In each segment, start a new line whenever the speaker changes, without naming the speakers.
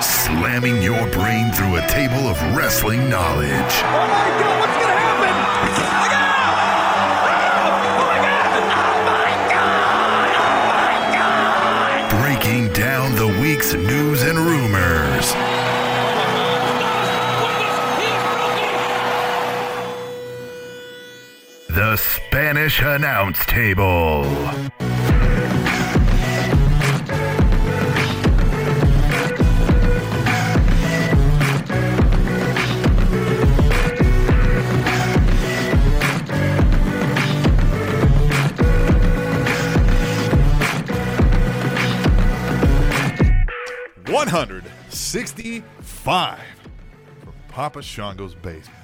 slamming your brain through a table of wrestling knowledge.
Oh my god, what's gonna happen? Oh my
Breaking down the week's news and rumors. The Spanish Announce Table.
One hundred sixty-five from Papa Shango's basement.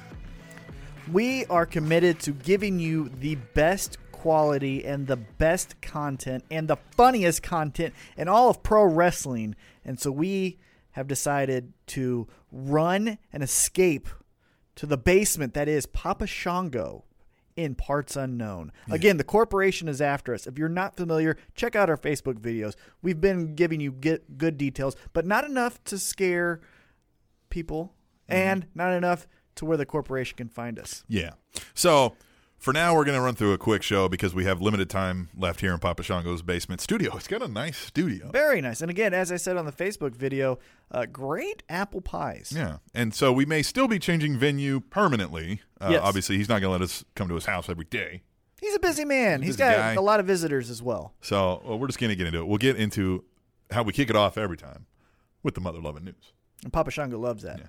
We are committed to giving you the best quality and the best content and the funniest content in all of pro wrestling. And so we have decided to run and escape to the basement that is Papa Shango in parts unknown. Again, the corporation is after us. If you're not familiar, check out our Facebook videos. We've been giving you get, good details, but not enough to scare people and not enough to where the corporation can find us.
Yeah. So for now, we're going to run through a quick show because we have limited time left here in Papa Shango's basement studio. It's got a nice studio.
Very nice. And again, as I said on the Facebook video, uh, great apple pies.
Yeah. And so we may still be changing venue permanently. Uh,
Yes.
Obviously, he's not going to let us come to his house every day.
He's a busy man. He's
busy
got
guy.
a lot of visitors as well.
So well, we're just going to get into it. We'll get into how we kick it off every time with the mother loving news.
And Papa Shango loves that.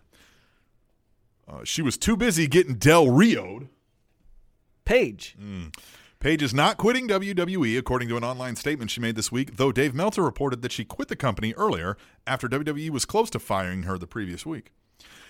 Uh, she was too busy getting Del Rio'd.
Paige.
Mm. Paige is not quitting WWE, according to an online statement she made this week, though Dave Meltzer reported that she quit the company earlier after WWE was close to firing her the previous week.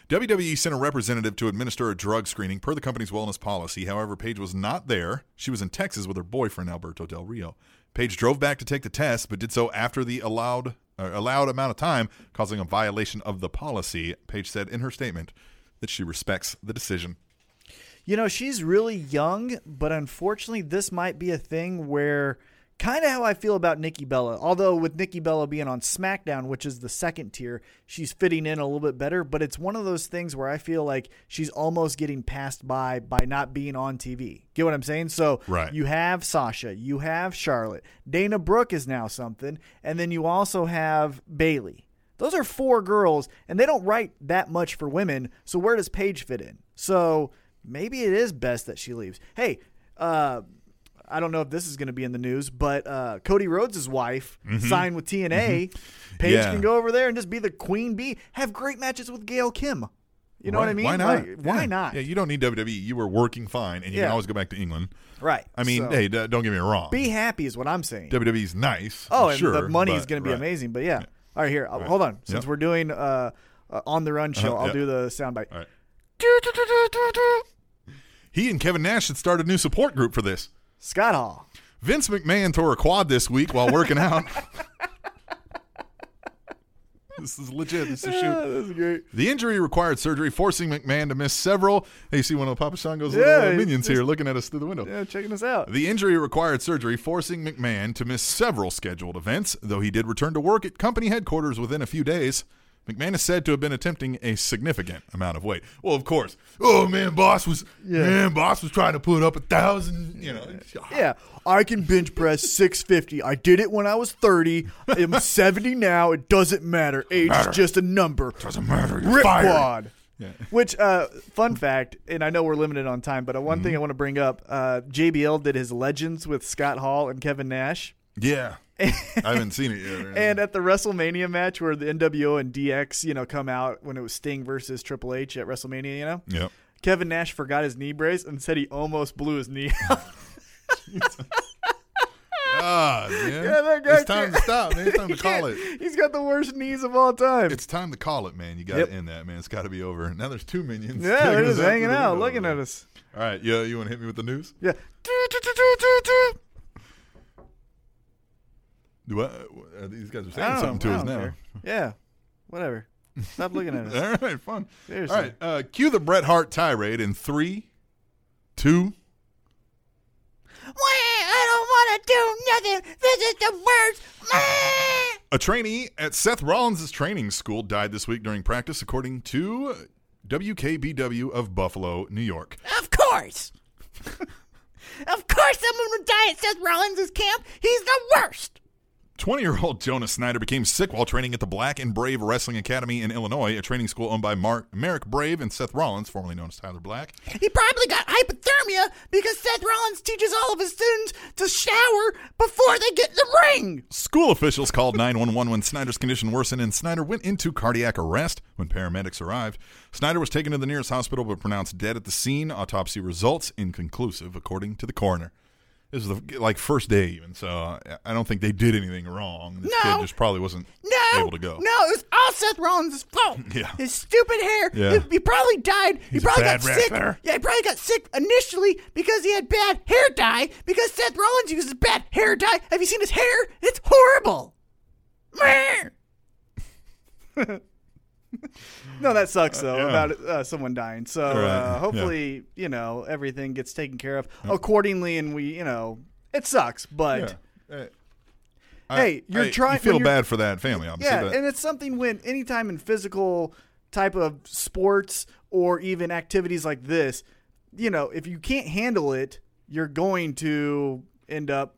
WWE sent a representative to administer a drug screening per the company's wellness policy. However, Paige was not there. She was in Texas with her boyfriend, Alberto Del Rio. Paige drove back to take the test, but did so after the allowed, uh, allowed amount of time, causing a violation of the policy. Paige said in her statement that she respects the decision.
You know, she's really young, but unfortunately, this might be a thing where kind of how I feel about Nikki Bella. Although, with Nikki Bella being on SmackDown, which is the second tier, she's fitting in a little bit better. But it's one of those things where I feel like she's almost getting passed by by not being on TV. Get what I'm saying? So,
Right.
you have Sasha, you have Charlotte, Dana Brooke is now something, and then you also have Bailey. Those are four girls, and they don't write that much for women. So where does Paige fit in? So maybe it is best that she leaves. Hey, uh, I don't know if this is going to be in the news, but uh, Cody Rhodes' wife signed with TNA. Paige
Mm-hmm. Yeah.
can go over there and just be the queen bee. Have great matches with Gail Kim. You know
why,
what I mean?
Why not?
Like, why
yeah.
not?
Yeah, you don't need WWE. You were working fine, and you
Yeah.
can always go back to England.
right.
I mean,
So,
hey, d- don't get me wrong.
be happy is what I'm saying.
WWE's nice.
Oh, and
sure,
the money is
but-
going to be
right.
amazing. But yeah. All right, here. I'll- Hold on. Since
Yep.
we're doing uh, uh, on the run show,
Uh-huh,
I'll
yeah.
do the soundbite.
All right. He and Kevin Nash should start a new support group for this.
Scott Hall.
Vince McMahon tore a quad this week while working out. this is legit. This is a shoot.
That's great.
The injury required surgery, forcing McMahon to miss several. Hey, you see one of Papa Shango's
Yeah,
little
he
minions here looking at us through the window.
Yeah, checking us out.
The injury required surgery, forcing McMahon to miss several scheduled events, though he did return to work at company headquarters within a few days. McMahon is said to have been attempting a significant amount of weight. Well, of course. Oh man, boss was man, boss was trying to put up a thousand. You know,
Yeah, I can bench press 650. I did it when I was 30. I'm 70 now. It doesn't matter. Age
matter.
is just a number.
doesn't matter. You're
Rip
fired.
quad. Which, uh, fun fact, and I know we're limited on time, but uh, one
Mm-hmm.
thing I want to bring up uh, JBL did his Legends with Scott Hall and Kevin Nash.
Yeah, I haven't seen it yet.
And at the WrestleMania match where the NWO and DX, you know, come out when it was Sting versus Triple H at WrestleMania, you know,
yep.
Kevin Nash forgot his knee brace and said he almost blew his knee out.
God, Ah, man.
Yeah, that guy
it's time to stop. Man. It's time to call it.
He's got the worst knees of all time.
It's time to call it, man. You got to
Yep.
end that, man. It's got to be over. Now there's two minions.
yeah, they're
checking us
just
out
hanging
through the
out,
window,
looking
man.
at us.
All right, yeah, you want to hit me with the news?
Yeah.
Do I, uh, these guys are
I
saying
don't
something
know.
to
I
us
don't
now.
care. Yeah. Whatever. Stop looking at us.
All right, fun.
Seriously.
All right, uh, cue the Bret Hart tirade in three, two.
Wah, I don't want to do nothing. This is the worst. Wah.
A trainee at Seth Rollins' training school died this week during practice, according to WKBW of Buffalo, New York.
Of course. of course someone would die at Seth Rollins' camp. He's the worst.
20 year old Jonas Snyder became sick while training at the Black and Brave Wrestling Academy in Illinois, a training school owned by Mark, Merrick Brave and Seth Rollins, formerly known as Tyler Black.
He probably got hypothermia because Seth Rollins teaches all of his students to shower before they get in the ring.
School officials called 911 when Snyder's condition worsened, and Snyder went into cardiac arrest when paramedics arrived. Snyder was taken to the nearest hospital but pronounced dead at the scene. Autopsy results inconclusive, according to the coroner. This is the like first day, even so I- I don't think they did anything wrong. This
No.
kid just probably wasn't
No.
able to go.
No, it was all Seth Rollins' fault.
Yeah.
His stupid hair.
Yeah.
He, he probably died. he
He's a
probably
bad
got
wrestler.
sick. Yeah, he probably got sick initially because he had bad hair dye because Seth Rollins uses bad hair dye. Have you seen his hair? It's horrible. Meh.
No, that sucks though
yeah.
about uh, someone dying. So
Right,
uh, hopefully, you know, everything gets taken care of accordingly, and we, you know, it sucks, but.
Yeah. Hey,
Hey, you're trying-
You feel
when you're-
bad for that family, obviously.
Yeah,
but-
and it's something when anytime in physical type of sports or even activities like this, you know, if you can't handle it, you're going to end up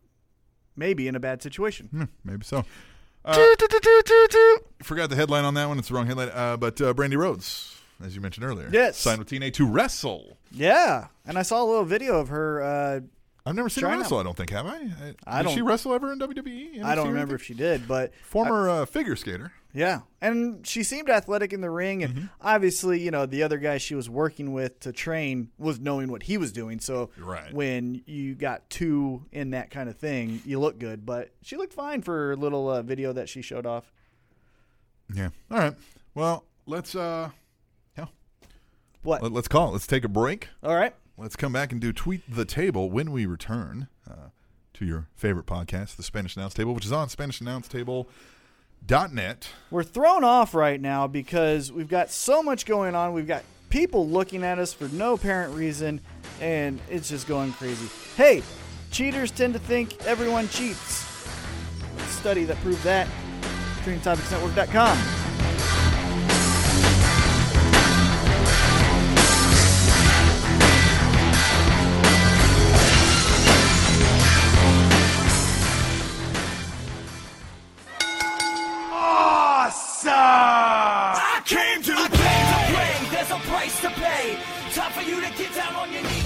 maybe in a bad situation.
Maybe so. Uh, Forgot the headline on that one. It's the wrong headline. Uh, but uh, Brandy Rhodes, as you mentioned earlier,
Yes.
signed with TNA to wrestle.
Yeah, and I saw a little video of her. Uh,
I've never seen
Try
her
not-
wrestle. I don't think have I. I,
I
did she
don't-
wrestle ever in E? WWE?
I don't
NXT or
remember if
anything?
she did, but
Former uh, figure skater.
Yeah, and she seemed athletic in the ring, and obviously, you know, the other guy she was working with to train was knowing what he was doing. So
Right.
when you got two in that kind of thing, you look good. But she looked fine for her little uh, video that she showed off.
Yeah. All right. Well, let's uh, hell,
What?
let- let's call. it. Let's take a break.
All right,
Let's come back and do Tweet the Table when we return uh, to your favorite podcast, The Spanish Announce Table, which is on SpanishAnnounceTable.net.
we're thrown off right now because we've got so much going on. We've got people looking at us for no apparent reason, and it's just going crazy. Hey, cheaters tend to think everyone cheats. Study that proved that. TrainingTopicsNetwork.com.
I came to play. There's a price to pay. Time for you to get down on your knees.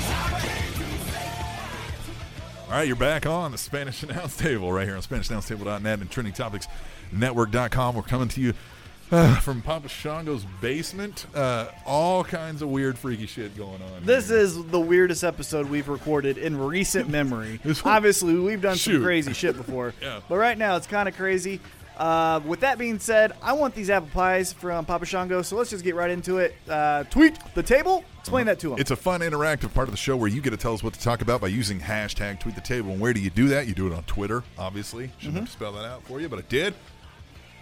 All right, you're back on the Spanish Announce Table right here on SpanishAnnounceTable.net and TrendingTopicsNetwork.com. We're coming to you uh, from Papa Shango's basement. Uh, all kinds of weird, freaky shit going on.
This
here.
is the weirdest episode we've recorded in recent memory.
This one-
Obviously, we've done some
Shoot.
crazy shit before,
Yeah.
but right now it's kind of crazy. Uh, with that being said, I want these apple pies from Papa Shango, so let's just get right into it. Uh, tweet the table. Explain that to him.
It's a fun, interactive part of the show where you get to tell us what to talk about by using hashtag tweet the table. And where do you do that? You do it on Twitter, obviously. Shouldn't
Mm-hmm.
have to spell that out for you, but I did.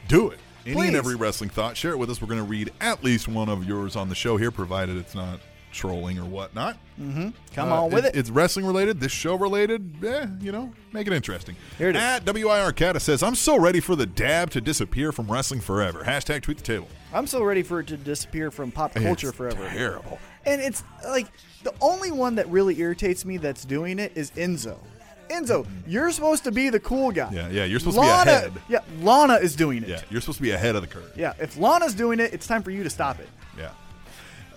Do it. Any and
Please.
every wrestling thought, share it with us. We're going to read at least one of yours on the show here, provided it's not trolling or whatnot.
Come
Uh,
on with it.
It's wrestling related, this show related. Yeah, you know, make it interesting.
Here it is.
At WIR Cata says, I'm so ready for the dab to disappear from wrestling forever. Hashtag tweet the table.
I'm so ready for it to disappear from pop culture
It's
forever.
Terrible.
And it's like the only one that really irritates me that's doing it is Enzo. Enzo, you're supposed to be the cool guy.
Mm-hmm. Yeah, yeah, you're supposed to be
Lana,
ahead.
Yeah, Lana is doing it.
Yeah, you're supposed to be ahead of the curve.
Yeah, if Lana's doing it, it's time for you to stop it.
Yeah.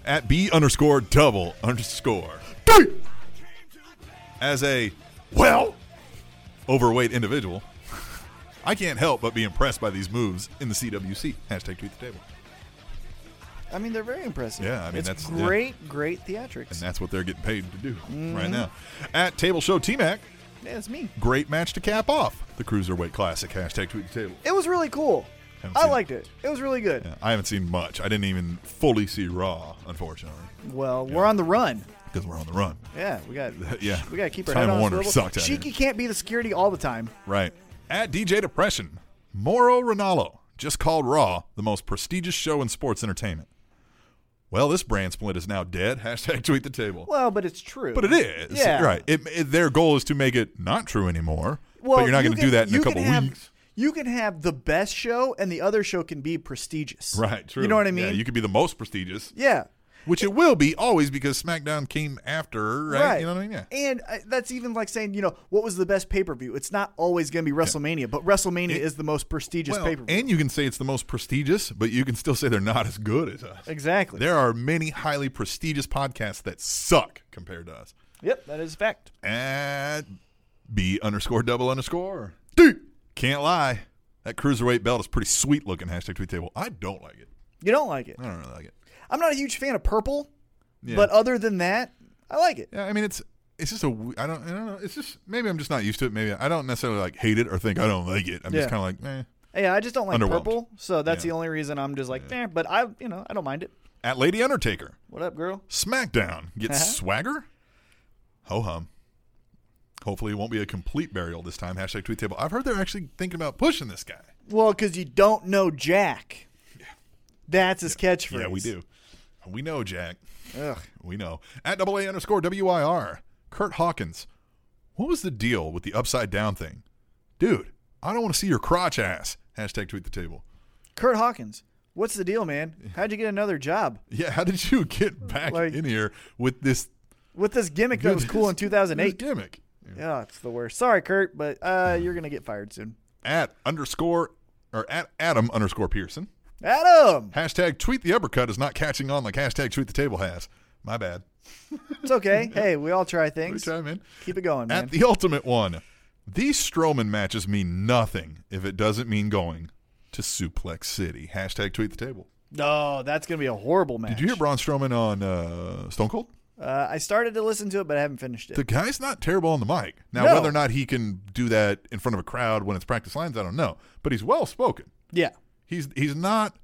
At B underscore double underscore. As a well overweight individual, I can't help but be impressed by these moves in the CWC. Hashtag tweet the table.
I mean, they're very impressive.
Yeah, I mean,
it's
that's- yeah.
great, great theatrics.
And that's what they're getting paid to do
Mm-hmm.
right now. At Table Show T Mac,
yeah, that's me.
great match to cap off the Cruiserweight Classic. Hashtag tweet the table.
It was really cool.
Haven't
I
seen it.
liked it. It was really good.
Yeah, I haven't seen much. I didn't even fully see Raw, unfortunately,
Well, we're on the run.
because we're on the run.
Yeah, we got.
Yeah.
we got to keep our
Time
head on
Warner
swivel.
sucked out here.
Shiki can't be the security all the time.
Right. At DJ Depression, Moro Ronaldo just called Raw the most prestigious show in sports entertainment. Well, this brand split is now dead. Hashtag tweet the table.
Well, but it's true.
But it is.
Yeah.
Right. It, it- their goal is to make it not true anymore.
Well,
but you're not
you
going to
can-
do that in
you
a
can
couple
have-
weeks.
you can have the best show and the other show can be prestigious.
Right, true.
You know what I mean?
Yeah, you could be the most prestigious,
yeah.
which it will be always because SmackDown came after, right?
Right.
You know what I mean? Yeah.
And uh, that's even like saying, you know, what was the best pay per view? It's not always going to be WrestleMania, but WrestleMania is the most prestigious
Well,
pay per view.
and you can say it's the most prestigious, but you can still say they're not as good as us.
Exactly.
There are many highly prestigious podcasts that suck compared to us.
Yep, that is a fact.
At B underscore double underscore. Can't lie. That cruiserweight belt is pretty sweet looking. Hashtag tweet table. I don't like it.
You don't like it.
I don't really like it.
I'm not a huge fan of purple, but other than that, I like it.
Yeah, I mean it's it's just a w- I don't I don't know. It's just maybe I'm just not used to it. Maybe I don't necessarily like hate it or think I don't like it. I'm just
Yeah.
kind of like eh.
Yeah, I just don't like
Underwhelmed.
purple, so that's
Yeah.
the only reason I'm just like, eh, but I, you know, I don't mind it.
At Lady Undertaker,
What up, girl?
SmackDown gets
Uh-huh.
swagger. Ho hum. Hopefully it won't be a complete burial this time. Hashtag tweet table. I've heard they're actually thinking about pushing this guy.
Well, because you don't know Jack. That's his catchphrase.
Yeah, we do. We know, Jack.
Ugh.
We know. At double A underscore WIR, Kurt Hawkins. What was the deal with the upside down thing? Dude, I don't want to see your crotch ass. Hashtag tweet the table.
Kurt Hawkins, what's the deal, man? How'd you get another job
Yeah, how did you get back
Like-
in here with this
with this gimmick that was cool in
this
2008?
gimmick?
Yeah, Oh, it's the worst. Sorry, Kurt, but uh, you're gonna get fired soon.
At underscore or at Adam underscore Pearson.
Adam,
Hashtag tweet the uppercut is not catching on like hashtag tweet the table has. My bad.
it's okay. hey, we all try
Let me
things.
chime in.
Keep it going, man.
At the ultimate one, these Strowman matches mean nothing if it doesn't mean going to Suplex City. Hashtag tweet the table.
No, Oh, that's gonna be a horrible match.
Did you hear Braun Strowman on uh, Stone Cold?
Uh, I started to listen to it, but I haven't finished it.
The guy's not terrible on the mic. Now,
No.
whether or not he can do that in front of a crowd when it's practice lines, I don't know. But he's well spoken.
yeah,
He's he's not.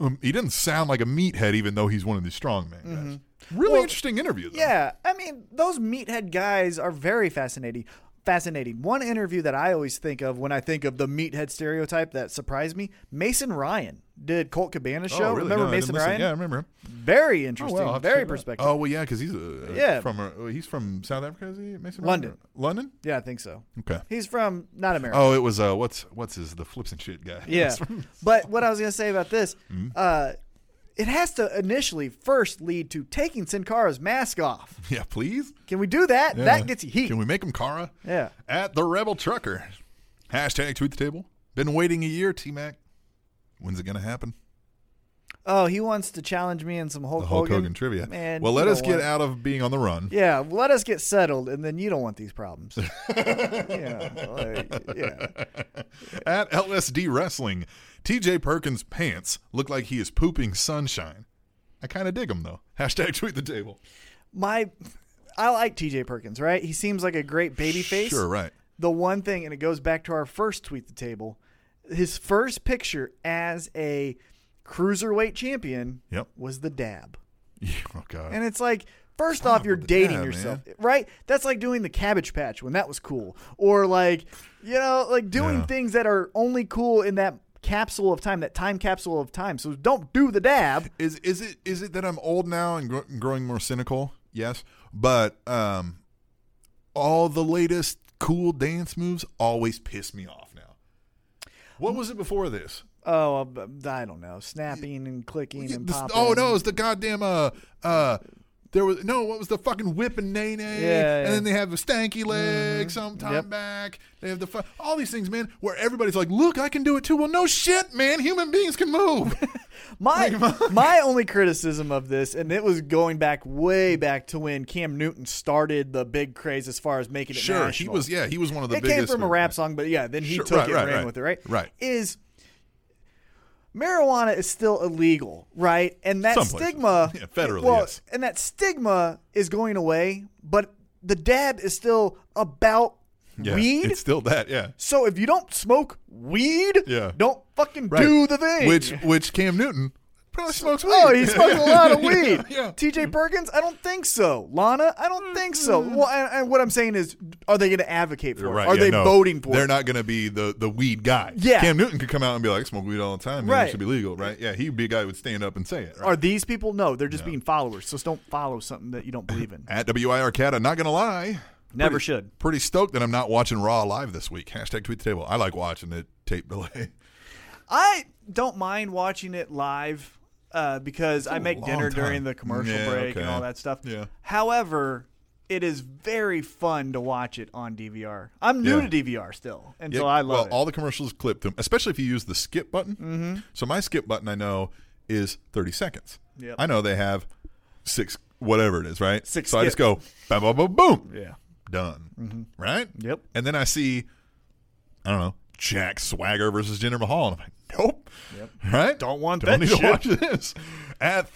Um, he doesn't sound like a meathead, even though he's one of these strong man guys. Really
Mm-hmm. Well,
interesting interview. Though.
yeah. I mean, those meathead guys are very fascinating. Fascinating. One interview that I always think of when I think of the meathead stereotype that surprised me: Mason Ryan did Colt Cabana
Oh,
show.
really?
Remember
No, I didn't
Mason
listen.
Ryan?
Yeah, I remember him.
Very
Oh,
interesting.
well, I'll have to check
very
it out.
perspective.
Oh well, yeah, because he's uh,
Yeah.
from uh, he's from South Africa. Is he Mason?
London.
London.
Yeah, I think so.
Okay.
He's from not America.
Oh, it was uh, what's what's his the flips and shit guy.
Yeah. but what I was going to say about this,
Hmm?
uh, it has to initially first lead to taking Sin Cara's mask off.
yeah. Please.
Can we do that?
Yeah.
That gets you heat.
Can we make him Kara?
Yeah.
At the Rebel Trucker. Hashtag tweet the table. Been waiting a year, T Mac. When's it gonna happen?
oh, he wants to challenge me in some Hulk,
The Hulk
Hogan.
Hogan, trivia.
Man,
well,
you
let
don't
us get
want-
out of being on the run.
Yeah, let us get settled, and then you don't want these problems. yeah, like, yeah.
At LSD Wrestling, TJ Perkins' pants look like he is pooping sunshine. I kind of dig him though. Hashtag tweet the table.
My, I like T.J. Perkins. Right, he seems like a great baby face.
Sure, right.
the one thing, and it goes back to our first tweet the table. His first picture as a cruiserweight champion
Yep.
was the dab.
Oh god.
And it's like, first
Stop
off, you're
with the
dating
dab,
yourself,
man.
right? That's like doing the cabbage patch when that was cool. Or like, you know, like doing
Yeah.
things that are only cool in that capsule of time, that time capsule of time. So don't do the dab.
Is is it is it that I'm old now and gr- growing more cynical? Yes, but um, all the latest cool dance moves always piss me off now. What was it before this?
Oh, uh, I don't know. Snapping and clicking and
This-
popping.
oh no, it was the goddamn uh uh. There was no. What was the fucking whip and nay nay?
Yeah,
and
yeah. Mm-hmm.
then they have a stanky leg sometime
Yep.
back. They have the fu- all these things, man. Where everybody's like, "Look, I can do it too." Well, no shit, man. Human beings can move.
My my only criticism of this, and it was going back way back to when Cam Newton started the big craze as far as making it
sure, he
national.
was. Yeah, he was one of the
it
biggest.
came from a rap song, but yeah, then he
Sure,
took
right,
it
right,
and ran
right.
with it, right?
Right.
Is marijuana is still illegal, right? And that
Some places.
stigma,
Yeah, federally,
well,
yes.
and that stigma is going away, but the dab is still about
Yeah,
weed.
It's still that, yeah.
so if you don't smoke weed,
Yeah.
don't fucking
Right.
do the thing.
Which which Cam Newton probably smokes weed.
Oh, he smokes a lot of weed.
yeah.
TJ Perkins, I don't think so. Lana, I don't think so. Well, and, and what I'm saying is, are they going to advocate for
Mm-hmm. You're
it?
right,
Are
yeah,
they
no,
voting for
They're
it?
not going to be the, the weed guy.
Yeah.
Cam Newton could come out and be like, I smoke weed all the time. Man, It
Right.
should be legal, right? Yeah, he'd be a guy who would stand up and say it. Right?
Are these people? No, they're just being followers. So just don't follow something that you don't believe in.
At WIR Cata, not going to lie.
Never
pretty-
should.
Pretty stoked that I'm not watching Raw live this week. Hashtag tweet the table. I like watching it tape delay.
I don't mind watching it live uh, because I make
long
dinner
time.
during the commercial
Yeah,
break and
okay.
all that stuff.
Yeah.
However, it is very fun to watch it on DVR. I'm new
Yeah.
to DVR still, and
Yeah,
so I
well,
love
all the commercials clip them, especially if you use the skip button. Mm-hmm. So my skip button, I know, is 30 seconds.
Yep.
I know they have six, whatever it is, right?
Six
So I just go,
skips.
bam, boom, boom, boom.
it. Yeah.
Done. Right?
Yep.
And then I see, I don't know, Jack Swagger versus Jinder Mahal. And I'm like, nope. Yep. Right? Don't want
that
need to
shit.
watch this. At,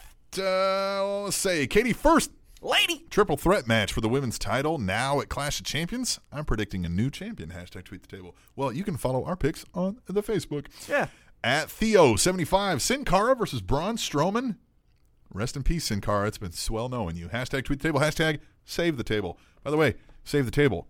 uh, let's say, Katie first
Lady.
Triple threat match for the women's title now at Clash of Champions. I'm predicting a new champion. Hashtag tweet the table. Well, you can follow our picks on the Facebook.
Yeah.
At Theo75, Sin Cara versus Braun Strowman. Rest in peace, Sin Cara. It's been swell knowing you. Hashtag tweet the table. Hashtag save the table. By the way, save the table.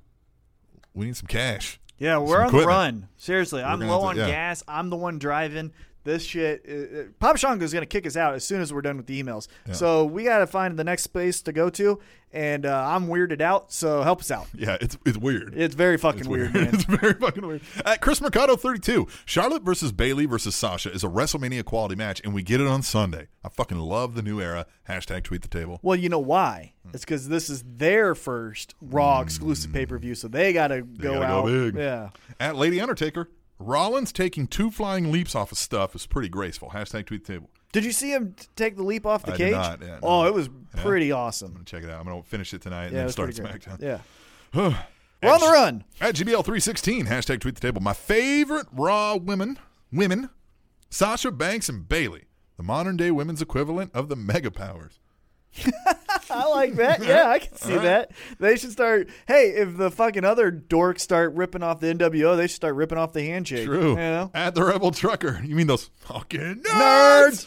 We need some cash.
Yeah,
Some
we're on the
equipment.
run. Seriously, I'm
gonna
low
have
on
to- yeah.
gas. I'm the one driving. This shit, uh, uh, Papa Shango's going to kick us out as soon as we're done with the emails. So we got to find the next place to go to, and uh, I'm weirded out. So help us out.
Yeah, it's it's weird.
It's very fucking
It's
weird,
weird.
man.
it's very fucking weird. At Chris Mercado 32, Charlotte versus Bailey versus Sasha is a WrestleMania quality match, and we get it on Sunday. I fucking love the new era. Hashtag tweet the table.
Well, you know why?
Hmm.
It's because this is their first Raw exclusive pay per view, so they got to go
gotta go
out.
big.
Yeah,
At Lady Undertaker, Rollins taking two flying leaps off of stuff is pretty graceful. Hashtag tweet the table.
did you see him t- take the leap off the
I did
cage?
not, yeah, no.
Oh, it was
Yeah.
pretty awesome.
Check it out. I'm going to finish it tonight and
Yeah, it
then start
was pretty great.
SmackDown.
Yeah, we're on the
Abs-
run.
At GBL316, hashtag tweet the table. My favorite Raw women, women, Sasha Banks and Bailey, the modern day women's equivalent of the Mega Powers.
I like that. Yeah, I can see that. They should start. Hey, if the fucking other dorks start ripping off the NWO, they should start ripping off the handshake.
True.
You know?
At the Rebel Trucker. You mean those fucking nerds?
Nerds!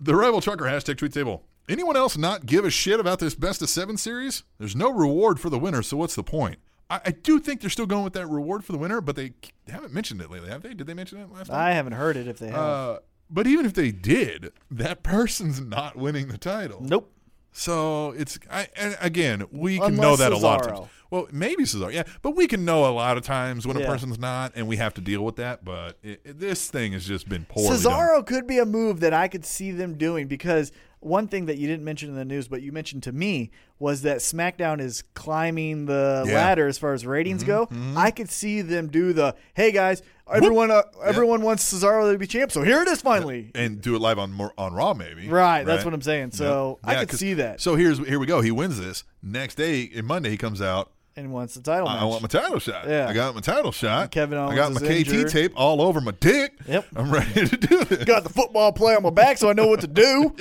The Rebel Trucker hashtag tweet table. Anyone else not give a shit about this best of seven series? There's no reward for the winner, so what's the point? I, I do think they're still going with that reward for the winner, but they, they haven't mentioned it lately, have they? Did they mention it last time?
I haven't heard it. If they have,
Uh, but even if they did, that person's not winning the title.
nope.
So it's I, and again we can know
Unless
that a lot of
Cesaro.
times. Well, maybe Cesaro, yeah, but we can know a lot of times when a
Yeah.
person's not, and we have to deal with that. But it, it- this thing has just been poorly
Cesaro
done.
could be a move that I could see them doing because one thing that you didn't mention in the news, but you mentioned to me, was that SmackDown is climbing the
Yeah. Mm-hmm,
ladder as far as ratings go. I could see them do the hey guys, everyone, uh, everyone wants Cesaro to be champ, so here it is finally.
and do it live on more- on Raw, maybe.
Right, that's what I'm saying. So, I could
'cause-
see that.
So here's here we go. He wins this next day. And Monday he comes out.
And wants the title match.
I want my title shot.
Yeah.
I got my title shot.
Kevin
I
Owens
got my
is
KT
injured.
tape all over my dick.
Yep.
I'm ready to do this.
got the football play on my back, so I know what to do.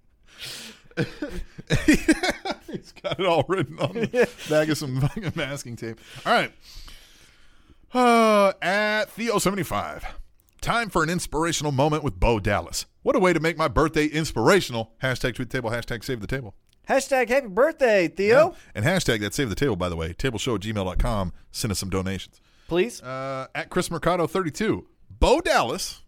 He's got it all written on the back of some fucking masking tape. All right. Uh, at Theo75, time for an inspirational moment with Bo Dallas. What a way to make my birthday inspirational. Hashtag tweet the table, hashtag save the table.
Hashtag happy birthday, Theo.
And hashtag that save the table, by the way. Tableshow at gmail.com. Send us some donations.
Please.
Uh, at Chris Mercado32, Bo Dallas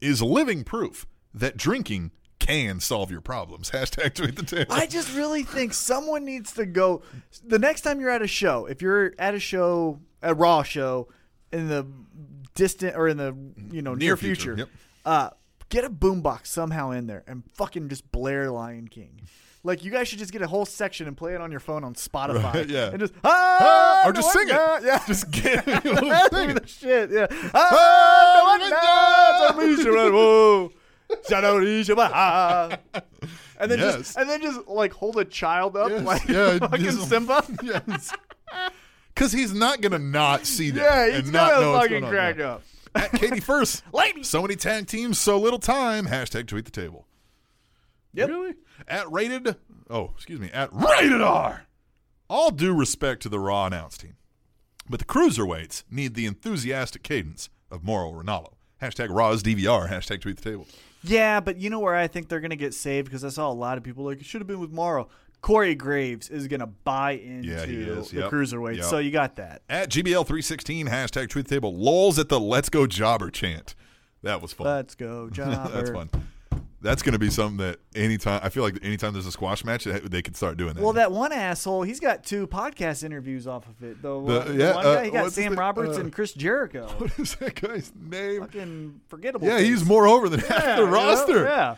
is living proof that drinking can solve your problems. Hashtag tweet the table.
I just really think someone needs to go. The next time you're at a show, if you're at a show, a Raw show, in the distant or in the you know near,
Near future,
future,
yep.
uh, get a boombox somehow in there and fucking just blare Lion King. Like you guys should just get a whole section and play it on your phone on Spotify.
Right, yeah.
and just ah,
Ah, or just
no,
sing it.
ah, Yeah,
Just get sing it.
shit. Yeah.
Ah, no, it's not.
And then
Yes.
just and then just like hold a child up
Yes,
like
yeah,
fucking
just-
Simba.
Yes. Because he's not going to not see
Yeah,
that.
he's
and not
gonna
know what's
fucking
going on.
crack
Yeah.
up.
At Katie First.
Lady.
so many tag teams, so little time. Hashtag tweet the table.
Yep.
Really? At rated. Oh, excuse me. At rated R. All due respect to the Raw announce team, but the cruiserweights need the enthusiastic cadence of Moro Ronaldo. Hashtag Raw's DVR. Hashtag tweet the table.
Yeah, but you know where I think they're gonna get saved because I saw a lot of people like it should have been with Morrow. Corey Graves is gonna buy into
Yeah, he is.
the
Yep.
cruiserweight,
Yep.
so you got that.
At GBL316, hashtag truth table, lols at the let's go jobber chant. That was fun.
Let's go, Jobber.
That's fun. That's going to be something that anytime I feel like anytime there's a squash match, they they could start doing that.
Well, that one asshole, he's got two podcast interviews off of it. Though,
The-
the,
yeah,
one
uh,
guy, he got
what's
Sam
the-
Roberts
uh,
and Chris Jericho.
what is that guy's name?
Fucking forgettable.
Yeah,
things.
he's more over than half
Yeah,
the
you know?
roster.
Yeah.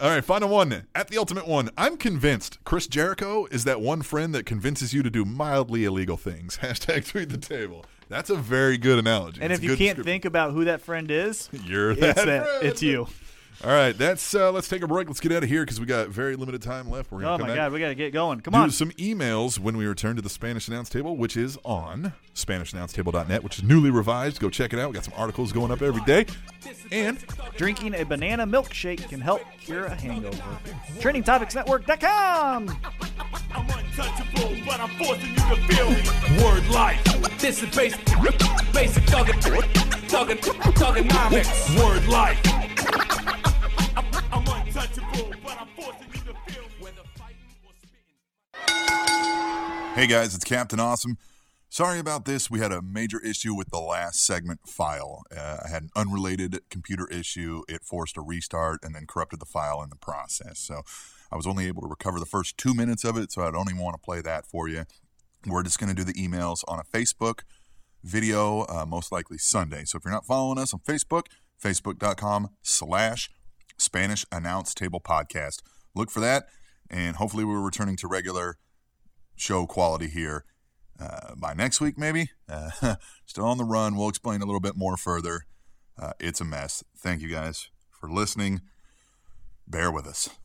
All right, final one. At the ultimate one, I'm convinced Chris Jericho is that one friend that convinces you to do mildly illegal things. Hashtag tweet the table. That's a very good analogy.
And
It's
if
a
you
good
can't
description.
think about who that friend is,
you're that,
it's that.
friend.
It's you.
All right, that's uh, let's take a break. Let's get out of here because we got very limited time left. We're gonna
Oh
come
my
back.
God, we got to get going. Come
do
on.
some emails when we return to the Spanish Announce Table, which is on SpanishAnnounceTable.net, which is newly revised. Go check it out. We got some articles going up every day. And
Drinking a banana milkshake can help cure a hangover. TrainingTopicsNetwork.com.
I'm untouchable, but I'm forcing you to feel me. Word life. This is basic, basic thuggin', thuggin', thuggonomics. Word life. I'm, I'm untouchable, but I'm forcing you to feel me. Whether fighting or spitting.
hey guys, it's Captain Awesome. Sorry about this. We had a major issue with the last segment file. Uh, I had an unrelated computer issue. It forced a restart and then corrupted the file in the process. So I was only able to recover the first two minutes of it. So I don't even want to play that for you. We're just going to do the emails on a Facebook video, uh, most likely Sunday. So if you're not following us on Facebook, facebook.com slash Spanish Announce Table Podcast. Look for that. And hopefully we're returning to regular show quality here uh, by next week, maybe. Uh, still on the run. We'll explain a little bit more further. Uh, it's a mess. Thank you guys for listening. Bear with us.